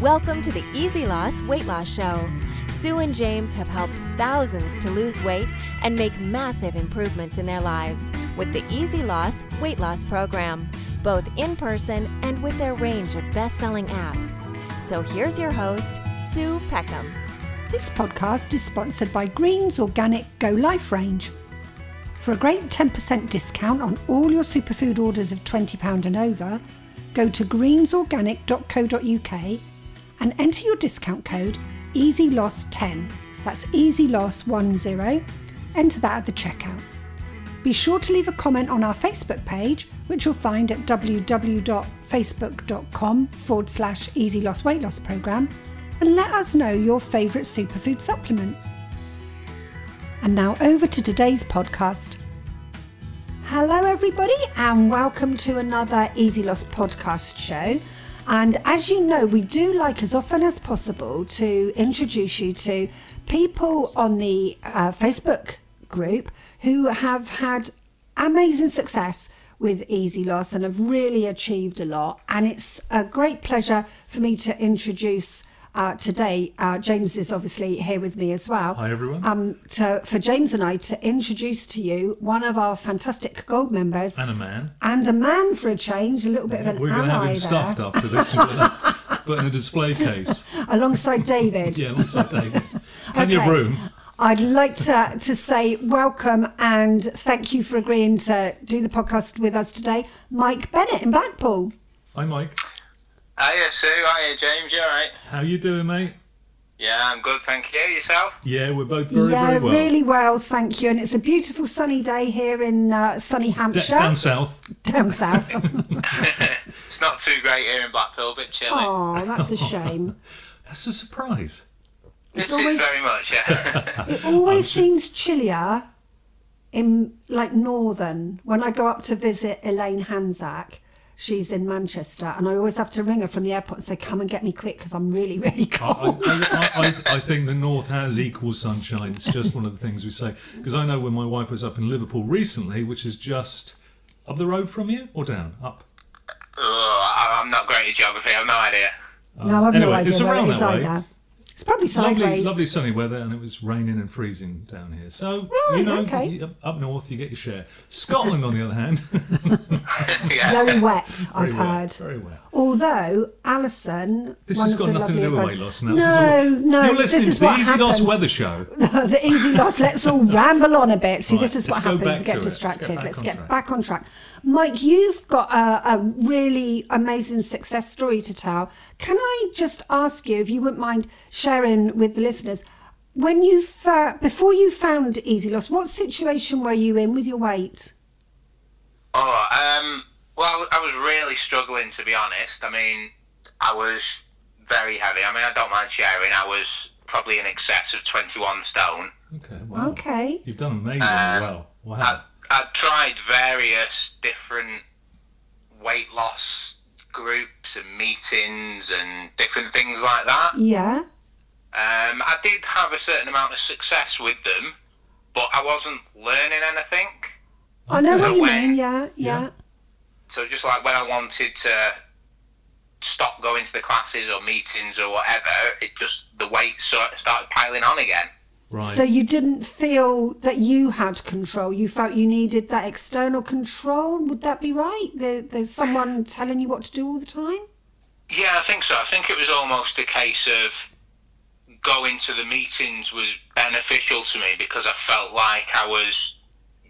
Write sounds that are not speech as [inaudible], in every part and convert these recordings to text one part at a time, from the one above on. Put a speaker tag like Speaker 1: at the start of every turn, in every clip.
Speaker 1: Welcome to the Easy Loss Weight Loss Show. Sue and James have helped thousands to lose weight and make massive improvements in their lives with the Easy Loss Weight Loss Program, both in person and with their range of best selling apps. So here's your host, Sue Peckham.
Speaker 2: This podcast is sponsored by Green's Organic Go Life range. For a great 10% discount on all your superfood orders of £20 and over, go to greensorganic.co.uk and enter your discount code EASYLOSS10. That's EASYLOSS10. Enter that at the checkout. Be sure to leave a comment on our Facebook page, which you'll find at www.facebook.com forward slash easy loss weight loss program, and let us know your favourite superfood supplements. And now over to today's podcast. Hello, everybody, and welcome to another Easy Loss podcast show. And as you know, we do like as often as possible to introduce you to people on the uh, Facebook group who have had amazing success with Easy Loss and have really achieved a lot. And it's a great pleasure for me to introduce uh, today. Uh, James is obviously here with me as well.
Speaker 3: Hi, everyone.
Speaker 2: Um, to, for James and I to introduce to you one of our fantastic gold members
Speaker 3: and a man.
Speaker 2: and a man for a change, a little bit of an
Speaker 3: We're going
Speaker 2: ally
Speaker 3: to have
Speaker 2: there,
Speaker 3: him stuffed
Speaker 2: [laughs]
Speaker 3: after this, we're gonna- but in a display case.
Speaker 2: alongside David.
Speaker 3: [laughs] Yeah, looks like David. And your
Speaker 2: Okay.
Speaker 3: room.
Speaker 2: I'd like to, to say welcome and thank you for agreeing to do the podcast with us today, Mike Bennett in Blackpool.
Speaker 3: Hi, Mike.
Speaker 4: Hiya Sue, hiya James, you alright?
Speaker 3: How you doing, mate?
Speaker 4: Yeah, I'm good, thank you. Yourself?
Speaker 3: Yeah, we're both very,
Speaker 2: yeah,
Speaker 3: very well.
Speaker 2: really well, thank you. And it's a beautiful sunny day here in uh, sunny
Speaker 3: D-
Speaker 2: Hampshire,
Speaker 3: down south.
Speaker 2: down
Speaker 3: [laughs]
Speaker 2: south.
Speaker 4: It's not too great here in Blackpool, a bit chilly.
Speaker 2: oh, that's a shame.
Speaker 3: That's a surprise.
Speaker 4: This
Speaker 2: it's always-
Speaker 4: is very much, yeah. [laughs]
Speaker 2: It always seems chillier in like northern. When I go up to visit Elaine Hansack, she's in Manchester, and I always have to ring her from the airport and say, "Come and get me quick," because I'm really, really
Speaker 3: I, I,
Speaker 2: cold.
Speaker 3: I, I, I think the north has equal sunshine. It's just one of the things we say. Because I know when my wife was up in Liverpool recently, which is just up the road from you or down? Up.
Speaker 4: oh, I- I'm not great at geography, I've no idea. [laughs]
Speaker 2: [laughs] no, I've no
Speaker 3: anyway,
Speaker 2: idea
Speaker 3: it's
Speaker 2: where
Speaker 3: around
Speaker 2: it is
Speaker 3: that way.
Speaker 2: either. It's probably sideways.
Speaker 3: Lovely, lovely sunny weather, and it was raining and freezing down here. So
Speaker 2: Right,
Speaker 3: you know,
Speaker 2: okay.
Speaker 3: you- up- up north you get your share. Scotland, on the other hand, [laughs]
Speaker 4: yeah.
Speaker 2: Very wet, I've
Speaker 3: very well,
Speaker 2: heard.
Speaker 3: very well.
Speaker 2: Although Alison,
Speaker 3: This
Speaker 2: one
Speaker 3: has
Speaker 2: of
Speaker 3: got
Speaker 2: the
Speaker 3: nothing to do
Speaker 2: lovely advice-
Speaker 3: with weight loss. Now.
Speaker 2: No,
Speaker 3: This is
Speaker 2: no.
Speaker 3: all, you're listening
Speaker 2: this is
Speaker 3: to the
Speaker 2: what
Speaker 3: Easy
Speaker 2: happens.
Speaker 3: Loss Weather Show.
Speaker 2: [laughs] the easy loss. Let's all ramble on a bit. See, this
Speaker 3: Right,
Speaker 2: is what
Speaker 3: let's go
Speaker 2: happens.
Speaker 3: back
Speaker 2: You get
Speaker 3: to it. Let's get
Speaker 2: distracted.
Speaker 3: back
Speaker 2: Let's
Speaker 3: on
Speaker 2: get
Speaker 3: track.
Speaker 2: back on track. Mike, you've got a, a really amazing success story to tell. Can I just ask you, if you wouldn't mind sharing with the listeners, when you uh, before you found Easy Loss, what situation were you in with your weight?
Speaker 4: Oh, um, well, I was really struggling, to be honest. I mean, I was very heavy. I mean, I don't mind sharing, I was probably in excess of 21 stone.
Speaker 3: Okay, wow.
Speaker 2: Okay.
Speaker 3: You've done amazingly well.
Speaker 4: I,
Speaker 3: Wow.
Speaker 4: I've tried various different weight loss groups and meetings and different things like that.
Speaker 2: Yeah.
Speaker 4: Um, I did have a certain amount of success with them, but I wasn't learning anything.
Speaker 2: I
Speaker 3: [laughs]
Speaker 2: know
Speaker 4: Is
Speaker 2: what
Speaker 4: that
Speaker 2: you
Speaker 4: where-
Speaker 2: mean. Yeah. Yeah.
Speaker 3: Yeah.
Speaker 4: So just like when I wanted to stop going to the classes or meetings or whatever, it just the weight sort of started piling on again.
Speaker 3: Right.
Speaker 2: So you didn't feel that you had control. You felt you needed that external control. Would that be right? There, there's someone telling you what to do all the time.
Speaker 4: Yeah, I think so. I think it was almost a case of going to the meetings was beneficial to me because I felt like I was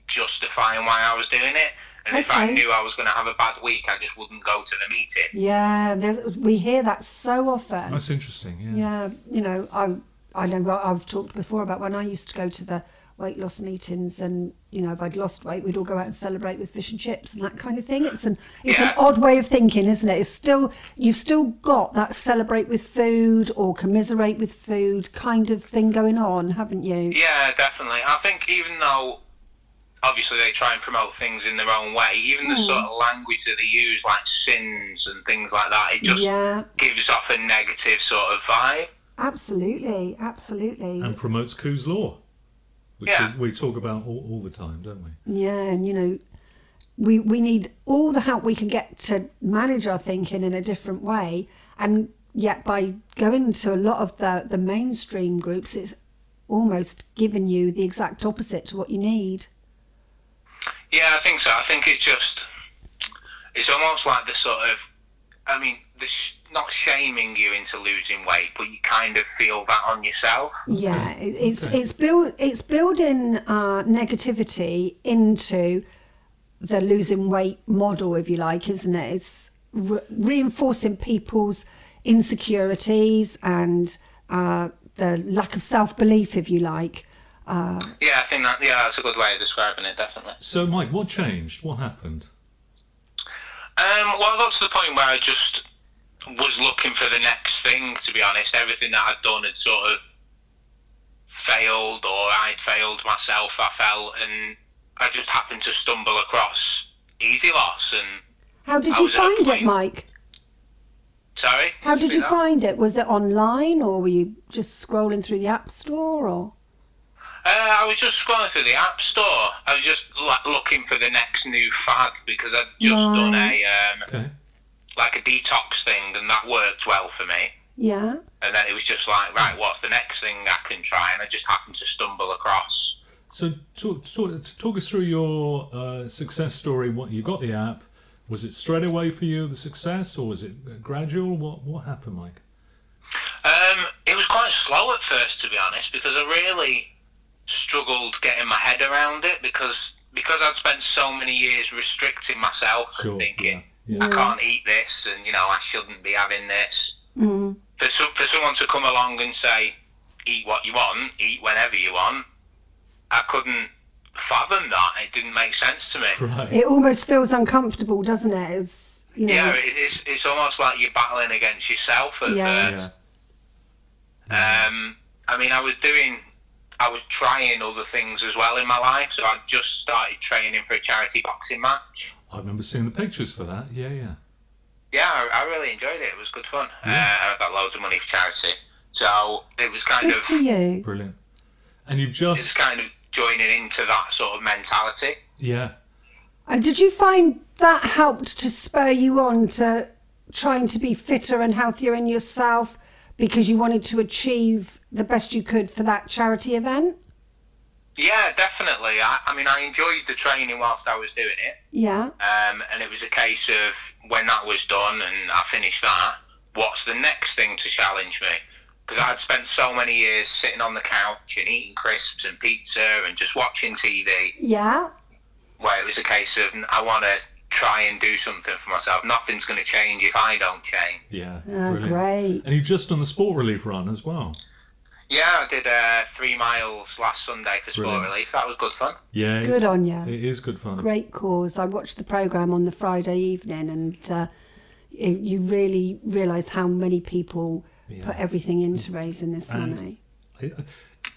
Speaker 4: justifying why I was doing it. And if I
Speaker 2: Okay.
Speaker 4: knew I was going to have a bad week, I just wouldn't go to the meeting.
Speaker 2: Yeah, there's, we hear that so often.
Speaker 3: That's interesting. Yeah.
Speaker 2: Yeah, you know, I I know what I've talked before about when I used to go to the weight loss meetings, and you know, if I'd lost weight, we'd all go out and celebrate with fish and chips and that kind of thing. It's an it's an
Speaker 4: Yeah.
Speaker 2: odd way of thinking, isn't it? It's still you've still got that celebrate with food or commiserate with food kind of thing going on, haven't you?
Speaker 4: Yeah, definitely. I think even though obviously they try and promote things in their own way, even the sort of language that they use, like sins and things like that, it just
Speaker 2: Yeah,
Speaker 4: gives off a negative sort of vibe.
Speaker 2: absolutely, absolutely.
Speaker 3: And promotes Coos Law, which
Speaker 4: Yeah.
Speaker 3: we, we talk about all, all the time, don't we?
Speaker 2: Yeah, and you know, we we need all the help we can get to manage our thinking in a different way. And yet by going to a lot of the, the mainstream groups, it's almost given you the exact opposite to what you need.
Speaker 4: Yeah, I think so. I think it's just, it's almost like the sort of, I mean, the sh- not shaming you into losing weight, but you kind of feel that on yourself.
Speaker 2: Yeah, it- it's it's build it's building uh, negativity into the losing weight model, if you like, isn't it? It's re- reinforcing people's insecurities and uh, the lack of self belief, if you like. Uh,
Speaker 4: Yeah, I think that, yeah, that's a good way of describing it, definitely.
Speaker 3: So, Mike, what changed? What happened?
Speaker 4: Um, well, I got to the point where I just was looking for the next thing, to be honest. Everything that I'd done had sort of failed, or I'd failed myself, I felt, and I just happened to stumble across Easy Loss. And,
Speaker 2: How did
Speaker 4: I
Speaker 2: you
Speaker 4: was at a
Speaker 2: find it,
Speaker 4: point-
Speaker 2: Mike?
Speaker 4: sorry?
Speaker 2: How did you
Speaker 4: Speak up.
Speaker 2: find it? Was it online, or were you just scrolling through the app store, or?
Speaker 4: Uh, I was just scrolling through the App Store. I was just like, looking for the next new fad because I'd just done a um,
Speaker 3: Okay.
Speaker 4: like a detox thing, and that worked well for me.
Speaker 2: Yeah.
Speaker 4: And then it was just like, right, what's the next thing I can try? And I just happened to stumble across.
Speaker 3: So, talk, talk, talk us through your uh, success story. What you got the app? Was it straight away for you the success, or was it gradual? What what happened, Mike? [laughs]
Speaker 4: Um, it was quite slow at first, to be honest, because I really struggled getting my head around it because because I'd spent so many years restricting myself
Speaker 3: Sure,
Speaker 4: and thinking
Speaker 3: yeah, yeah.
Speaker 4: I can't eat this and you know I shouldn't be having this.
Speaker 2: Mm.
Speaker 4: For some, for someone to come along and say eat what you want, eat whenever you want, I couldn't fathom that. It didn't make sense to me.
Speaker 3: Right.
Speaker 2: It almost feels uncomfortable, doesn't it? It's you know.
Speaker 4: Yeah, it, it's it's almost like you're battling against yourself at
Speaker 2: Yeah.
Speaker 4: first. Um, I mean, I was doing, I was trying other things as well in my life. So I just started training for a charity boxing match.
Speaker 3: I remember seeing the pictures for that. Yeah, yeah.
Speaker 4: Yeah, I, I really enjoyed it. It was good fun.
Speaker 3: Yeah.
Speaker 4: Uh, and I got loads of money for charity. So it was kind
Speaker 2: Good
Speaker 4: of,
Speaker 2: for you.
Speaker 3: Brilliant. And you've
Speaker 4: it's
Speaker 3: just
Speaker 4: kind of joining into that sort of mentality.
Speaker 3: yeah.
Speaker 2: And Uh, did you find that helped to spur you on to trying to be fitter and healthier in yourself because you wanted to achieve the best you could for that charity event?
Speaker 4: Yeah, definitely. I, I mean, I enjoyed the training whilst I was doing it.
Speaker 2: Yeah.
Speaker 4: Um, and it was a case of when that was done and I finished that, what's the next thing to challenge me? Because I'd spent so many years sitting on the couch and eating crisps and pizza and just watching TV,
Speaker 2: Yeah.
Speaker 4: where it was a case of "N- I want to try and do something for myself. Nothing's going to change if I don't change.
Speaker 3: Yeah.
Speaker 2: Ah,
Speaker 3: brilliant.
Speaker 2: great.
Speaker 3: And you've just done the sport relief run as well.
Speaker 4: Yeah, I did uh, three miles last Sunday for Sport
Speaker 3: Brilliant.
Speaker 4: Relief. That was good fun.
Speaker 3: Yeah.
Speaker 2: Good on you.
Speaker 3: It is good fun.
Speaker 2: Great cause. I watched the programme on the Friday evening and uh, you you really realise how many people put everything into raising this
Speaker 3: And-
Speaker 2: money.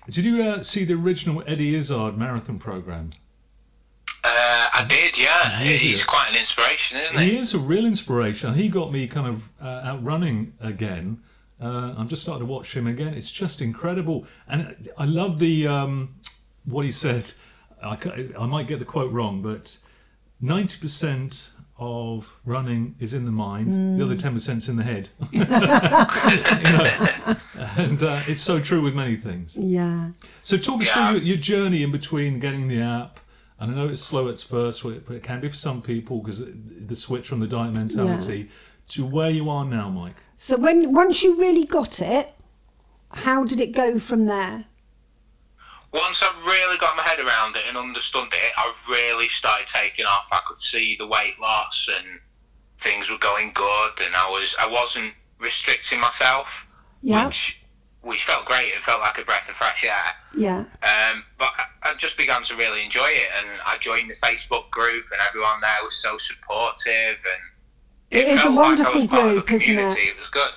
Speaker 3: Did you uh, see the original Eddie Izzard marathon program?
Speaker 4: Uh, I did, yeah.
Speaker 3: Amazing.
Speaker 4: He's quite an inspiration, isn't he?
Speaker 3: He is a real inspiration. He got me kind of uh, out running again. Uh, I'm just starting to watch him again. It's just incredible, and I love the um, what he said. I, ca- I might get the quote wrong, but ninety percent of running is in the mind. The other ten percent's in the head. [laughs] You know, And uh, it's so true with many things.
Speaker 2: Yeah.
Speaker 3: So talk us
Speaker 4: Yeah.
Speaker 3: through your, your journey in between getting the app. And I know it's slow at first, but it- but it can be for some people because the switch from the diet mentality to where you are now, Mike.
Speaker 2: So when once you really got it, how did it go from there?
Speaker 4: once I really got my head around it and understood it, I really started taking off. I could see the weight loss and things were going good, and I was I wasn't restricting myself,
Speaker 2: Yeah.
Speaker 4: which which felt great. It felt like a breath of fresh air.
Speaker 2: Yeah.
Speaker 4: Um, but I, I just began to really enjoy it, and I joined the Facebook group, and everyone there was so supportive, and
Speaker 2: It is a
Speaker 4: felt like I was
Speaker 2: wonderful
Speaker 4: part of the
Speaker 2: group, isn't
Speaker 4: community.
Speaker 2: it?
Speaker 4: It was good.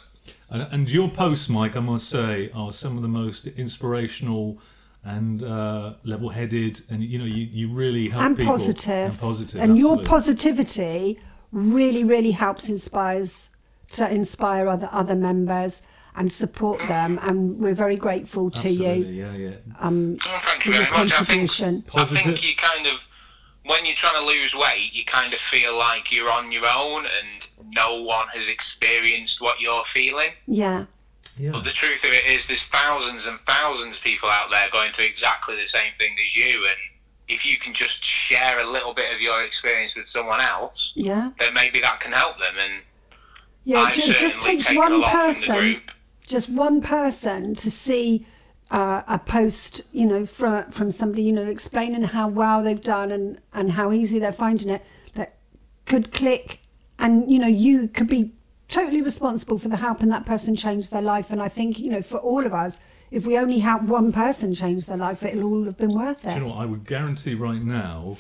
Speaker 3: And, and your posts, Mike, I must say, are some of the most inspirational and uh, level-headed, and you know, you, you really help
Speaker 2: And
Speaker 3: people.
Speaker 2: positive.
Speaker 3: And positive.
Speaker 2: And your
Speaker 3: absolutely.
Speaker 2: positivity really, really helps inspires to inspire other other members and support them. And we're very grateful to you Um,
Speaker 3: Absolutely, yeah, yeah.
Speaker 4: Oh, thank
Speaker 2: for
Speaker 4: you
Speaker 2: your
Speaker 4: very much. I think
Speaker 2: contribution.
Speaker 4: I
Speaker 3: Positive.
Speaker 4: think you kind of when you're trying to lose weight, you kind of feel like you're on your own and no one has experienced what you're feeling.
Speaker 2: Yeah.
Speaker 3: Yeah.
Speaker 4: But the truth of it is, there's thousands and thousands of people out there going through exactly the same thing as you. And if you can just share a little bit of your experience with someone else,
Speaker 2: Yeah.
Speaker 4: then maybe that can help them. And
Speaker 2: Yeah.
Speaker 4: I've
Speaker 2: ju- It just
Speaker 4: certainly
Speaker 2: takes
Speaker 4: taken a
Speaker 2: one
Speaker 4: lot from the
Speaker 2: person,
Speaker 4: group.
Speaker 2: just one person to see uh, a post, you know, from from somebody, you know, explaining how well they've done and and how easy they're finding it that could click, and you know, you could be totally responsible for the helping that person change their life. And I think you know, for all of us, if we only help one person change their life, it'll all have been worth
Speaker 3: Do you
Speaker 2: it.
Speaker 3: know what? I would guarantee right now,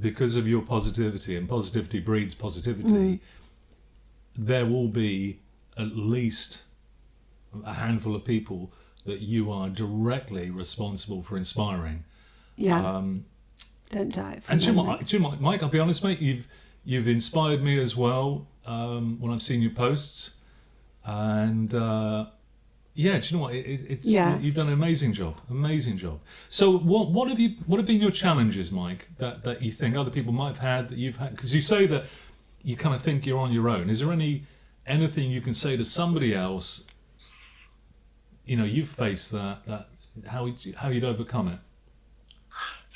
Speaker 3: because of your positivity, and positivity breeds positivity, there will be at least a handful of people that you are directly responsible for inspiring.
Speaker 2: Yeah. Don't doubt it. for a
Speaker 3: um, And Jim,
Speaker 2: moment.
Speaker 3: Jim, Mike, I'll be honest, mate. You've you've inspired me as well um, when I've seen your posts, and uh, yeah, do you know what? It, it, it's
Speaker 2: Yeah.
Speaker 3: you've done an amazing job, amazing job. So what what have you what have been your challenges, Mike? That that you think other people might have had that you've had because you say that you kind of think you're on your own. Is there any anything you can say to somebody else? You know, you've faced that that how you'd- how you'd overcome it.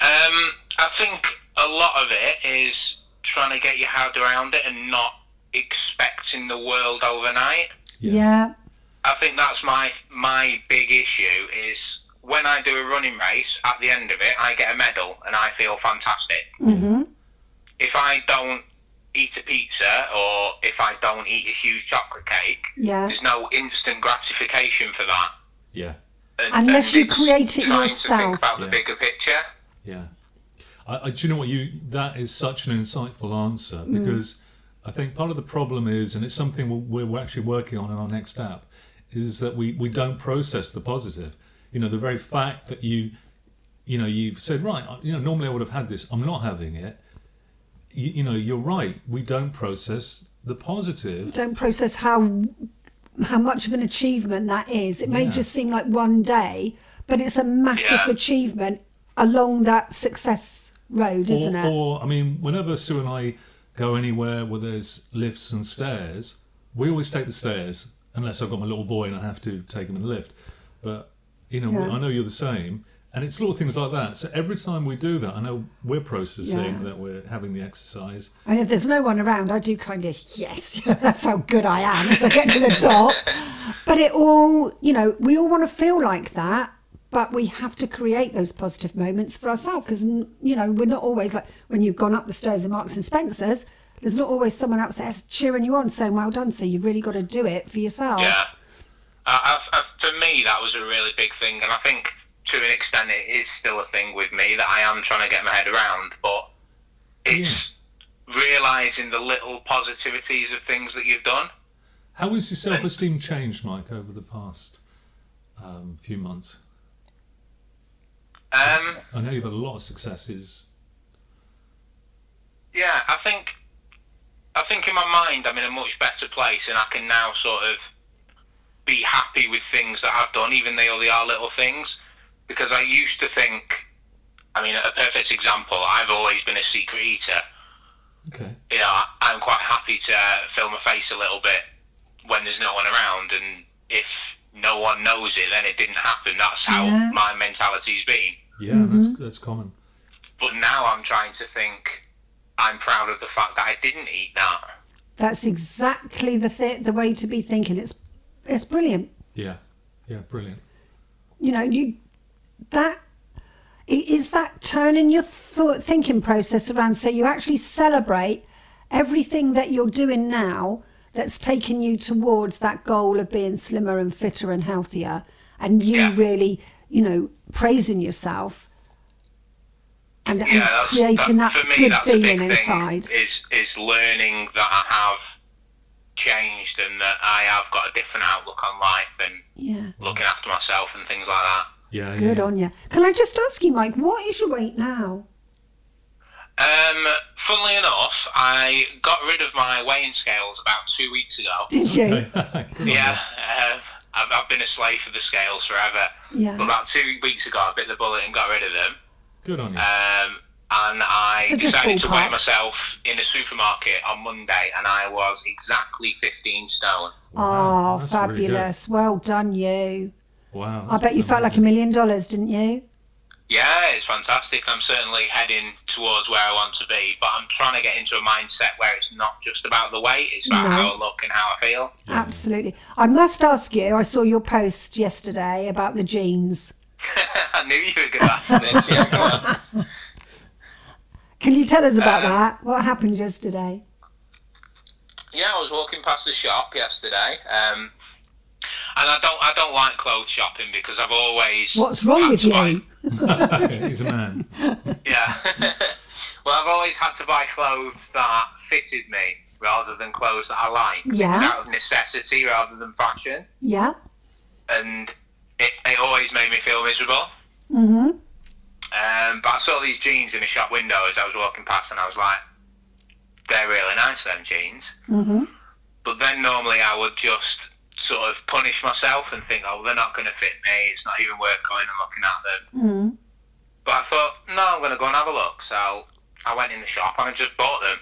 Speaker 4: Um, I think a lot of it is trying to get your head around it and not expecting the world overnight.
Speaker 2: yeah.
Speaker 4: I think that's my my big issue is when I do a running race. At the end of it, I get a medal and I feel fantastic.
Speaker 2: Mm-hmm.
Speaker 4: If I don't eat a pizza or if I don't eat a huge chocolate cake,
Speaker 2: Yeah.
Speaker 4: there's no instant gratification for that.
Speaker 3: Yeah.
Speaker 4: And,
Speaker 2: Unless
Speaker 4: and
Speaker 2: you
Speaker 4: it's
Speaker 2: create it
Speaker 4: time To
Speaker 2: yourself.
Speaker 4: think about
Speaker 3: Yeah.
Speaker 4: the bigger picture.
Speaker 3: Yeah. I, I, do you know what you? That is such an insightful answer because I think part of the problem is, and it's something we're, we're actually working on in our next app, is that we we don't process the positive. You know, the very fact that you, you know, you've said right. I- You know, normally I would have had this. I'm not having it. You, you know, you're right. We don't process the positive.
Speaker 2: don't process how how much of an achievement that is. It may
Speaker 3: Yeah.
Speaker 2: just seem like one day, but it's a massive
Speaker 4: Yeah.
Speaker 2: achievement along that success road, isn't
Speaker 3: or,
Speaker 2: it?
Speaker 3: or I mean, whenever Sue and I go anywhere where there's lifts and stairs, we always take the stairs unless I've got my little boy and I have to take him in the lift. But you know,
Speaker 2: Yeah.
Speaker 3: I know you're the same, and it's little things like that. So every time we do that, I know we're processing
Speaker 2: Yeah.
Speaker 3: that we're having the exercise.
Speaker 2: and if there's no one around, I do kind of yes, [laughs] that's how good I am as I get to the top. But it all, you know, we all want to feel like that. But we have to create those positive moments for ourselves because, you know, we're not always like when you've gone up the stairs in Marks and Spencer's, there's not always someone else there's cheering you on saying, well done. So you've really got to do it for yourself.
Speaker 4: Yeah. I, I, I, for me, that was a really big thing, and I think to an extent it is still a thing with me that I am trying to get my head around, but it's realising the little positivities of things that you've done.
Speaker 3: How has your self-esteem changed, Mike, over the past um, few months?
Speaker 4: Um,
Speaker 3: I know you've had a lot of successes.
Speaker 4: yeah, I think I think in my mind I'm in a much better place, and I can now sort of be happy with things that I've done, even though they are little things, because I used to think. I mean, a perfect example. I've always been a secret eater.
Speaker 3: Okay.
Speaker 4: you know, I- I'm quite happy to uh, fill my face a little bit when there's no one around, and if no one knows it, then it didn't happen. That's how
Speaker 2: Yeah.
Speaker 4: my mentality's been.
Speaker 3: Yeah,
Speaker 2: Mm-hmm.
Speaker 3: that's that's common.
Speaker 4: But now I'm trying to think. I'm proud of the fact that I didn't eat that.
Speaker 2: That's exactly the th- the way to be thinking. It's it's brilliant.
Speaker 3: Yeah. Yeah, brilliant.
Speaker 2: You know, you that i- is that turning your thought thinking process around so you actually celebrate everything that you're doing now that's taking you towards that goal of being slimmer and fitter and healthier and you
Speaker 4: Yeah.
Speaker 2: really, you know, praising yourself and, and
Speaker 4: Yeah, that's,
Speaker 2: creating that,
Speaker 4: for me,
Speaker 2: good
Speaker 4: that's a
Speaker 2: feeling
Speaker 4: big
Speaker 2: inside.
Speaker 4: Thing is is learning that I have changed and that I have got a different outlook on life and
Speaker 2: Yeah.
Speaker 4: looking after myself and things like that.
Speaker 3: Yeah.
Speaker 2: Good
Speaker 3: yeah.
Speaker 2: on you. Can I just ask you, Mike, what is your weight now?
Speaker 4: Um, funnily enough, I got rid of my weighing scales about two weeks ago.
Speaker 2: Did you?
Speaker 3: [laughs] Good on
Speaker 4: Yeah, uh, I've, I've been a slave for the scales forever.
Speaker 2: Yeah.
Speaker 4: But about two weeks ago, I bit the bullet and got rid of them.
Speaker 3: Good on you.
Speaker 4: Um, and I
Speaker 2: So just
Speaker 4: decided to weigh
Speaker 2: ballpark.
Speaker 4: myself in a supermarket on Monday, and I was exactly 15 stone.
Speaker 3: Wow,
Speaker 2: oh,
Speaker 3: that's really good.
Speaker 2: fabulous. well done, you.
Speaker 3: Wow.
Speaker 2: I bet you felt like a million dollars, didn't you?
Speaker 4: Yeah, it's fantastic. I'm certainly heading towards where I want to be, but I'm trying to get into a mindset where it's not just about the weight, it's about
Speaker 2: No.
Speaker 4: how I look and how I feel.
Speaker 2: Absolutely. I must ask you, I saw your post yesterday about the jeans.
Speaker 4: [laughs] I knew you were going to ask this. yeah, go on.
Speaker 2: Can you tell us about that? What happened yesterday?
Speaker 4: Yeah, I was walking past the shop yesterday, um, and I don't I don't like clothes shopping because I've always
Speaker 2: What's wrong
Speaker 4: had
Speaker 2: with
Speaker 4: to buy-
Speaker 2: you?
Speaker 3: Okay, [laughs] He's
Speaker 2: [laughs]
Speaker 3: a man.
Speaker 4: [laughs] Yeah, well, I've always had to buy clothes that fitted me rather than clothes that I like. It was
Speaker 2: Yeah.
Speaker 4: out of necessity rather than fashion,
Speaker 2: Yeah.
Speaker 4: and it, it always made me feel miserable.
Speaker 2: Mhm.
Speaker 4: Um, but I saw these jeans in a shop window as I was walking past, and I was like, "They're really nice, them jeans."
Speaker 2: Mhm.
Speaker 4: But then normally I would just sort of punish myself and think, oh, they're not going to fit me. It's not even worth going and looking at them.
Speaker 2: Mm.
Speaker 4: But I thought, no, I'm going to go and have a look. So I went in the shop and I just bought them.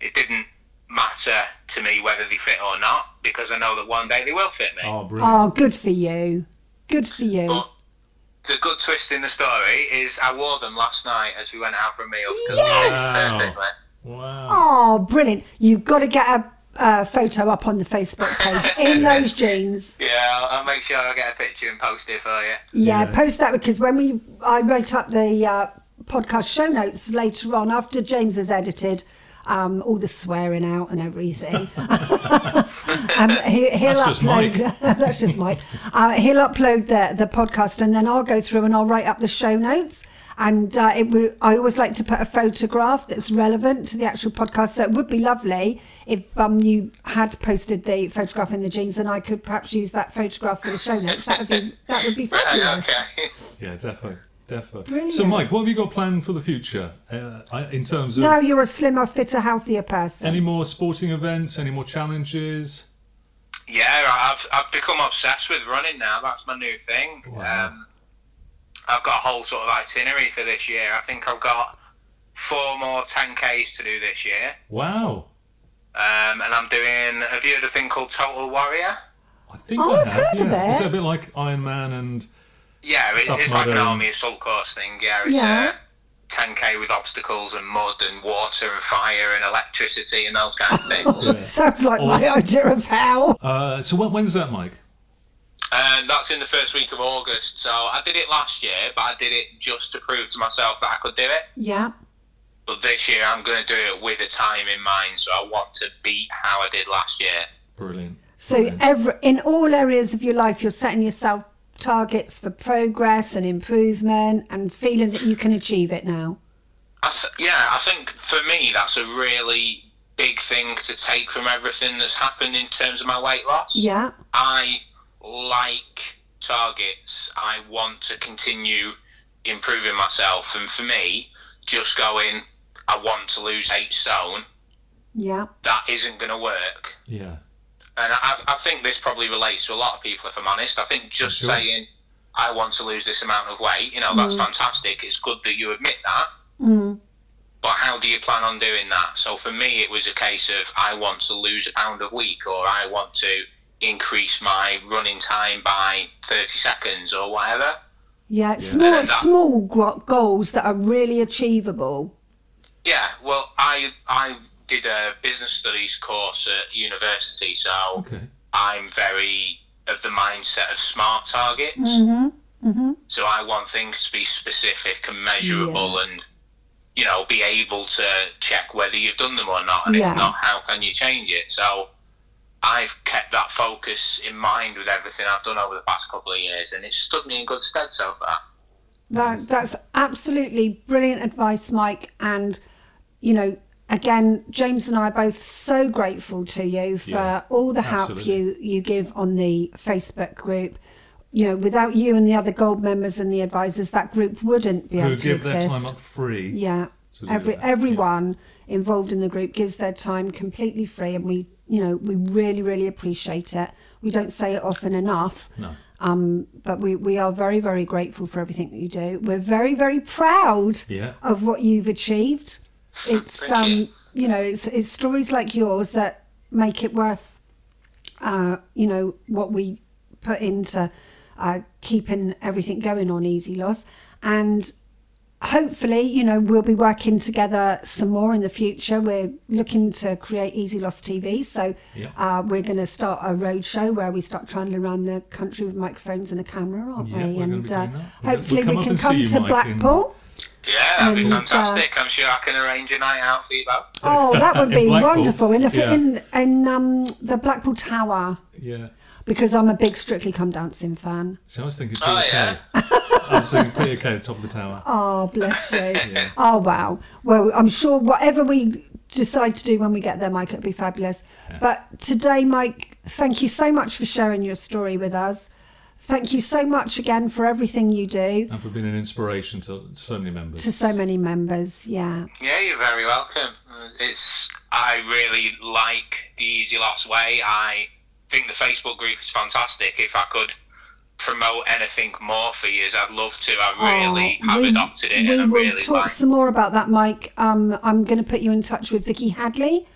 Speaker 4: It didn't matter to me whether they fit or not because I know that one day they will fit me.
Speaker 3: Oh, brilliant.
Speaker 2: Oh, good for you. Good for you.
Speaker 4: But the good twist in the story is I wore them last night as we went out for a meal because
Speaker 3: Yes!
Speaker 4: they fit perfectly.
Speaker 3: Wow.
Speaker 2: Oh, brilliant. You've got to get a uh, photo up on the Facebook page in those jeans.
Speaker 4: Yeah, I'll- I'll make sure I get a picture and post it for you.
Speaker 2: Yeah,
Speaker 3: Yeah.
Speaker 2: post that because when we I wrote up the uh, podcast show notes later on after James has edited um, all the swearing out and everything. [laughs] um, he, he'll
Speaker 3: That's
Speaker 2: upload, [laughs]
Speaker 3: just
Speaker 2: that's just Mike. Uh, he'll upload the the podcast and then I'll go through and I'll write up the show notes. And uh, it would, I always like to put a photograph that's relevant to the actual podcast. So it would be lovely if um, you had posted the photograph in the jeans, and I could perhaps use that photograph for the show notes. That would be that would be fabulous.
Speaker 4: Right, [laughs] okay.
Speaker 3: Yeah, defo. Defo. So,
Speaker 2: Brilliant.
Speaker 3: Mike, what have you got planned for the future uh, I- in terms of
Speaker 2: No, you're a slimmer, fitter, healthier person.
Speaker 3: any more sporting events, any more challenges?
Speaker 4: Yeah, I've I've become obsessed with running now. That's my new thing.
Speaker 3: Wow.
Speaker 4: Um, I've got a whole sort of itinerary for this year. I think I've got four more 10ks to do this year,
Speaker 3: Wow.
Speaker 4: um, and I'm doing. Have you heard a thing called Total Warrior?
Speaker 3: I think
Speaker 2: Oh,
Speaker 3: I
Speaker 2: I've
Speaker 3: have.
Speaker 2: heard of
Speaker 3: yeah.
Speaker 2: it.
Speaker 3: Is that a bit like Iron Man and.
Speaker 4: Yeah, it's,
Speaker 3: Tough
Speaker 4: it's like an
Speaker 3: Mudder.
Speaker 4: army assault course thing. Yeah, it's
Speaker 2: Yeah.
Speaker 4: a 10k with obstacles and mud and water and fire and electricity and those kind of
Speaker 2: [laughs]
Speaker 4: things.
Speaker 2: Sounds like my idea of hell.
Speaker 3: Uh, so, when, when's that, Mike?
Speaker 4: Um, that's in the first week of August. So I did it last year, but I did it just to prove to myself that I could do it.
Speaker 2: Yeah.
Speaker 4: But this year I'm going to do it with a time in mind, so I want to beat how I did last year.
Speaker 3: Brilliant.
Speaker 2: So every, in all areas of your life, you're setting yourself targets for progress and improvement and feeling that you can achieve it now.
Speaker 4: I th- yeah, I think for me that's a really big thing to take from everything that's happened in terms of my weight loss.
Speaker 2: Yeah.
Speaker 4: I like targets. I want to continue improving myself, and for me, just going, I want to lose eight stone.
Speaker 2: Yeah.
Speaker 4: That isn't going to work.
Speaker 3: Yeah.
Speaker 4: and I, I think this probably relates to a lot of people, if I'm honest. I think just
Speaker 3: Sure. Mm.
Speaker 4: saying, I want to lose this amount of weight, you know, that's fantastic. It's good that you admit that.
Speaker 2: Mm.
Speaker 4: But how do you plan on doing that? So for me, it was a case of, I want to lose a pound a week, or I want to increase my running time by 30 seconds, or whatever.
Speaker 2: Yeah. Small,
Speaker 4: And that-
Speaker 2: small gro- goals that are really achievable.
Speaker 4: Yeah, well, I, I did a business studies course at university, so
Speaker 3: Okay.
Speaker 4: I'm very of the mindset of smart targets.
Speaker 2: Mm-hmm. Mm-hmm.
Speaker 4: So I want things to be specific and measurable and, you know, be able to check whether you've done them or not. And
Speaker 2: Yeah.
Speaker 4: if not, how can you change it? So I've kept that focus in mind with everything I've done over the past couple of years and it's stood me in good stead so far.
Speaker 2: That, that's absolutely brilliant advice, Mike. And, you know, again, James and I are both so grateful to you for
Speaker 3: Yeah,
Speaker 2: all the help
Speaker 3: absolutely.
Speaker 2: you, you give on the Facebook group. You know, without you and the other gold members and the advisors, that group wouldn't be
Speaker 3: Who
Speaker 2: able to
Speaker 3: give their
Speaker 2: exist.
Speaker 3: time up free.
Speaker 2: Yeah.
Speaker 3: So do
Speaker 2: Every
Speaker 3: that, yeah.
Speaker 2: everyone involved in the group gives their time completely free, and we, you know, we really, really appreciate it. We don't say it often enough.
Speaker 3: No.
Speaker 2: Um, but we, we are very, very grateful for everything that you do. We're very, very proud
Speaker 3: Yeah.
Speaker 2: of what you've achieved. It's
Speaker 4: Thank you.
Speaker 2: um, you know, it's it's stories like yours that make it worth, uh, you know, what we put into uh, keeping everything going on Easy Loss, and hopefully, you know, we'll be working together some more in the future. We're looking to create Easy Loss TV, so
Speaker 3: Yeah.
Speaker 2: uh, we're going to start a road show where we start travelling around the country with microphones and a camera, aren't
Speaker 3: Yeah,
Speaker 2: we?
Speaker 3: we're gonna
Speaker 2: and uh,
Speaker 3: be doing that. We'll get- we'll
Speaker 2: hopefully,
Speaker 3: come
Speaker 2: we
Speaker 3: up
Speaker 2: can
Speaker 3: and see
Speaker 2: come
Speaker 3: you,
Speaker 2: to
Speaker 3: Mike, [laughs] in-
Speaker 2: Blackpool.
Speaker 4: Yeah, that'd be
Speaker 2: And, uh,
Speaker 4: fantastic. I'm sure I can arrange a night out for you both.
Speaker 2: Oh, that would
Speaker 3: In
Speaker 2: be
Speaker 3: Blackpool.
Speaker 2: wonderful in the
Speaker 3: Yeah.
Speaker 2: in in um the Blackpool Tower
Speaker 3: Yeah.
Speaker 2: because I'm a big Strictly Come Dancing fan.
Speaker 3: So I was thinking
Speaker 4: Oh,
Speaker 3: Peter Kay.
Speaker 4: yeah.
Speaker 3: I was thinking Peter Kay, top of the tower.
Speaker 2: Oh, bless you. Oh wow. Well, I'm sure whatever we decide to do when we get there, Mike, it'll be fabulous. But today, Mike, thank you so much for sharing your story with us. Thank you so much again for everything you do
Speaker 3: And for being an inspiration to so many members.
Speaker 2: to so many members. Yeah.
Speaker 4: Yeah, you're very welcome. Uh, It's I really like the Easy Loss way. I think the Facebook group is fantastic. If I could promote anything more for you, I'd love to. I really
Speaker 2: Oh,
Speaker 4: have
Speaker 2: we,
Speaker 4: adopted it,
Speaker 2: we
Speaker 4: and I
Speaker 2: will
Speaker 4: really
Speaker 2: talk
Speaker 4: like.
Speaker 2: some more about that, Mike. Um, I'm going to put you in touch with Vicky Hadley,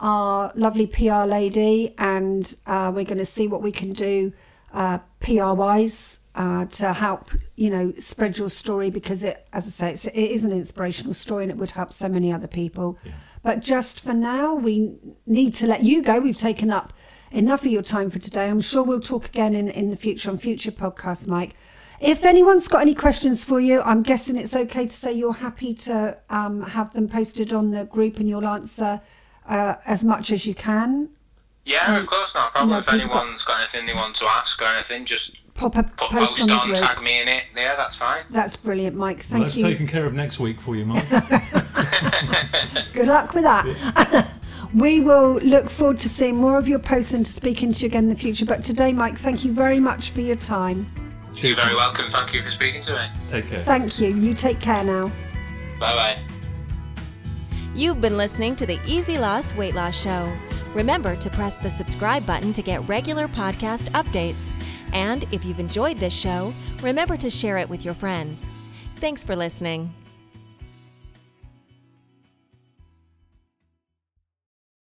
Speaker 2: our lovely PR lady, and uh, we're going to see what we can do uh, PR wise uh, to help you know spread your story because it, as I say, it's, it is an inspirational story and it would help so many other people. But just for now, we need to let you go. We've taken up enough of your time for today. I'm sure we'll talk again in, in the future on future podcasts, Mike. If anyone's got any questions for you, I'm guessing it's okay to say you're happy to um, have them posted on the group and you'll answer uh, as much as you can.
Speaker 4: Yeah, of course, not a problem.
Speaker 2: No,
Speaker 4: if
Speaker 2: people got-
Speaker 4: anyone's got anything they want to ask or anything, just
Speaker 2: Pop a
Speaker 4: put
Speaker 2: post on
Speaker 4: post
Speaker 2: the
Speaker 4: on,
Speaker 2: group.
Speaker 4: tag me in it. Yeah, that's fine.
Speaker 2: That's brilliant, Mike.
Speaker 3: Well,
Speaker 2: Thank
Speaker 3: that's
Speaker 2: you.
Speaker 3: taken care of next week for you,
Speaker 2: [laughs]
Speaker 3: Mike.
Speaker 2: Good luck with that. [laughs] we will look forward to seeing more of your posts and to speaking to you again in the future. But today, Mike, thank you very much for your time.
Speaker 4: You're
Speaker 3: Cheers. Mike.
Speaker 4: very welcome. Thank you for speaking to me.
Speaker 3: Take care.
Speaker 2: Thank you. You take care now.
Speaker 4: Bye bye.
Speaker 1: You've been listening to the Easy Loss Weight Loss Show. Remember to press the subscribe button to get regular podcast updates. And if you've enjoyed this show, remember to share it with your friends. Thanks for listening.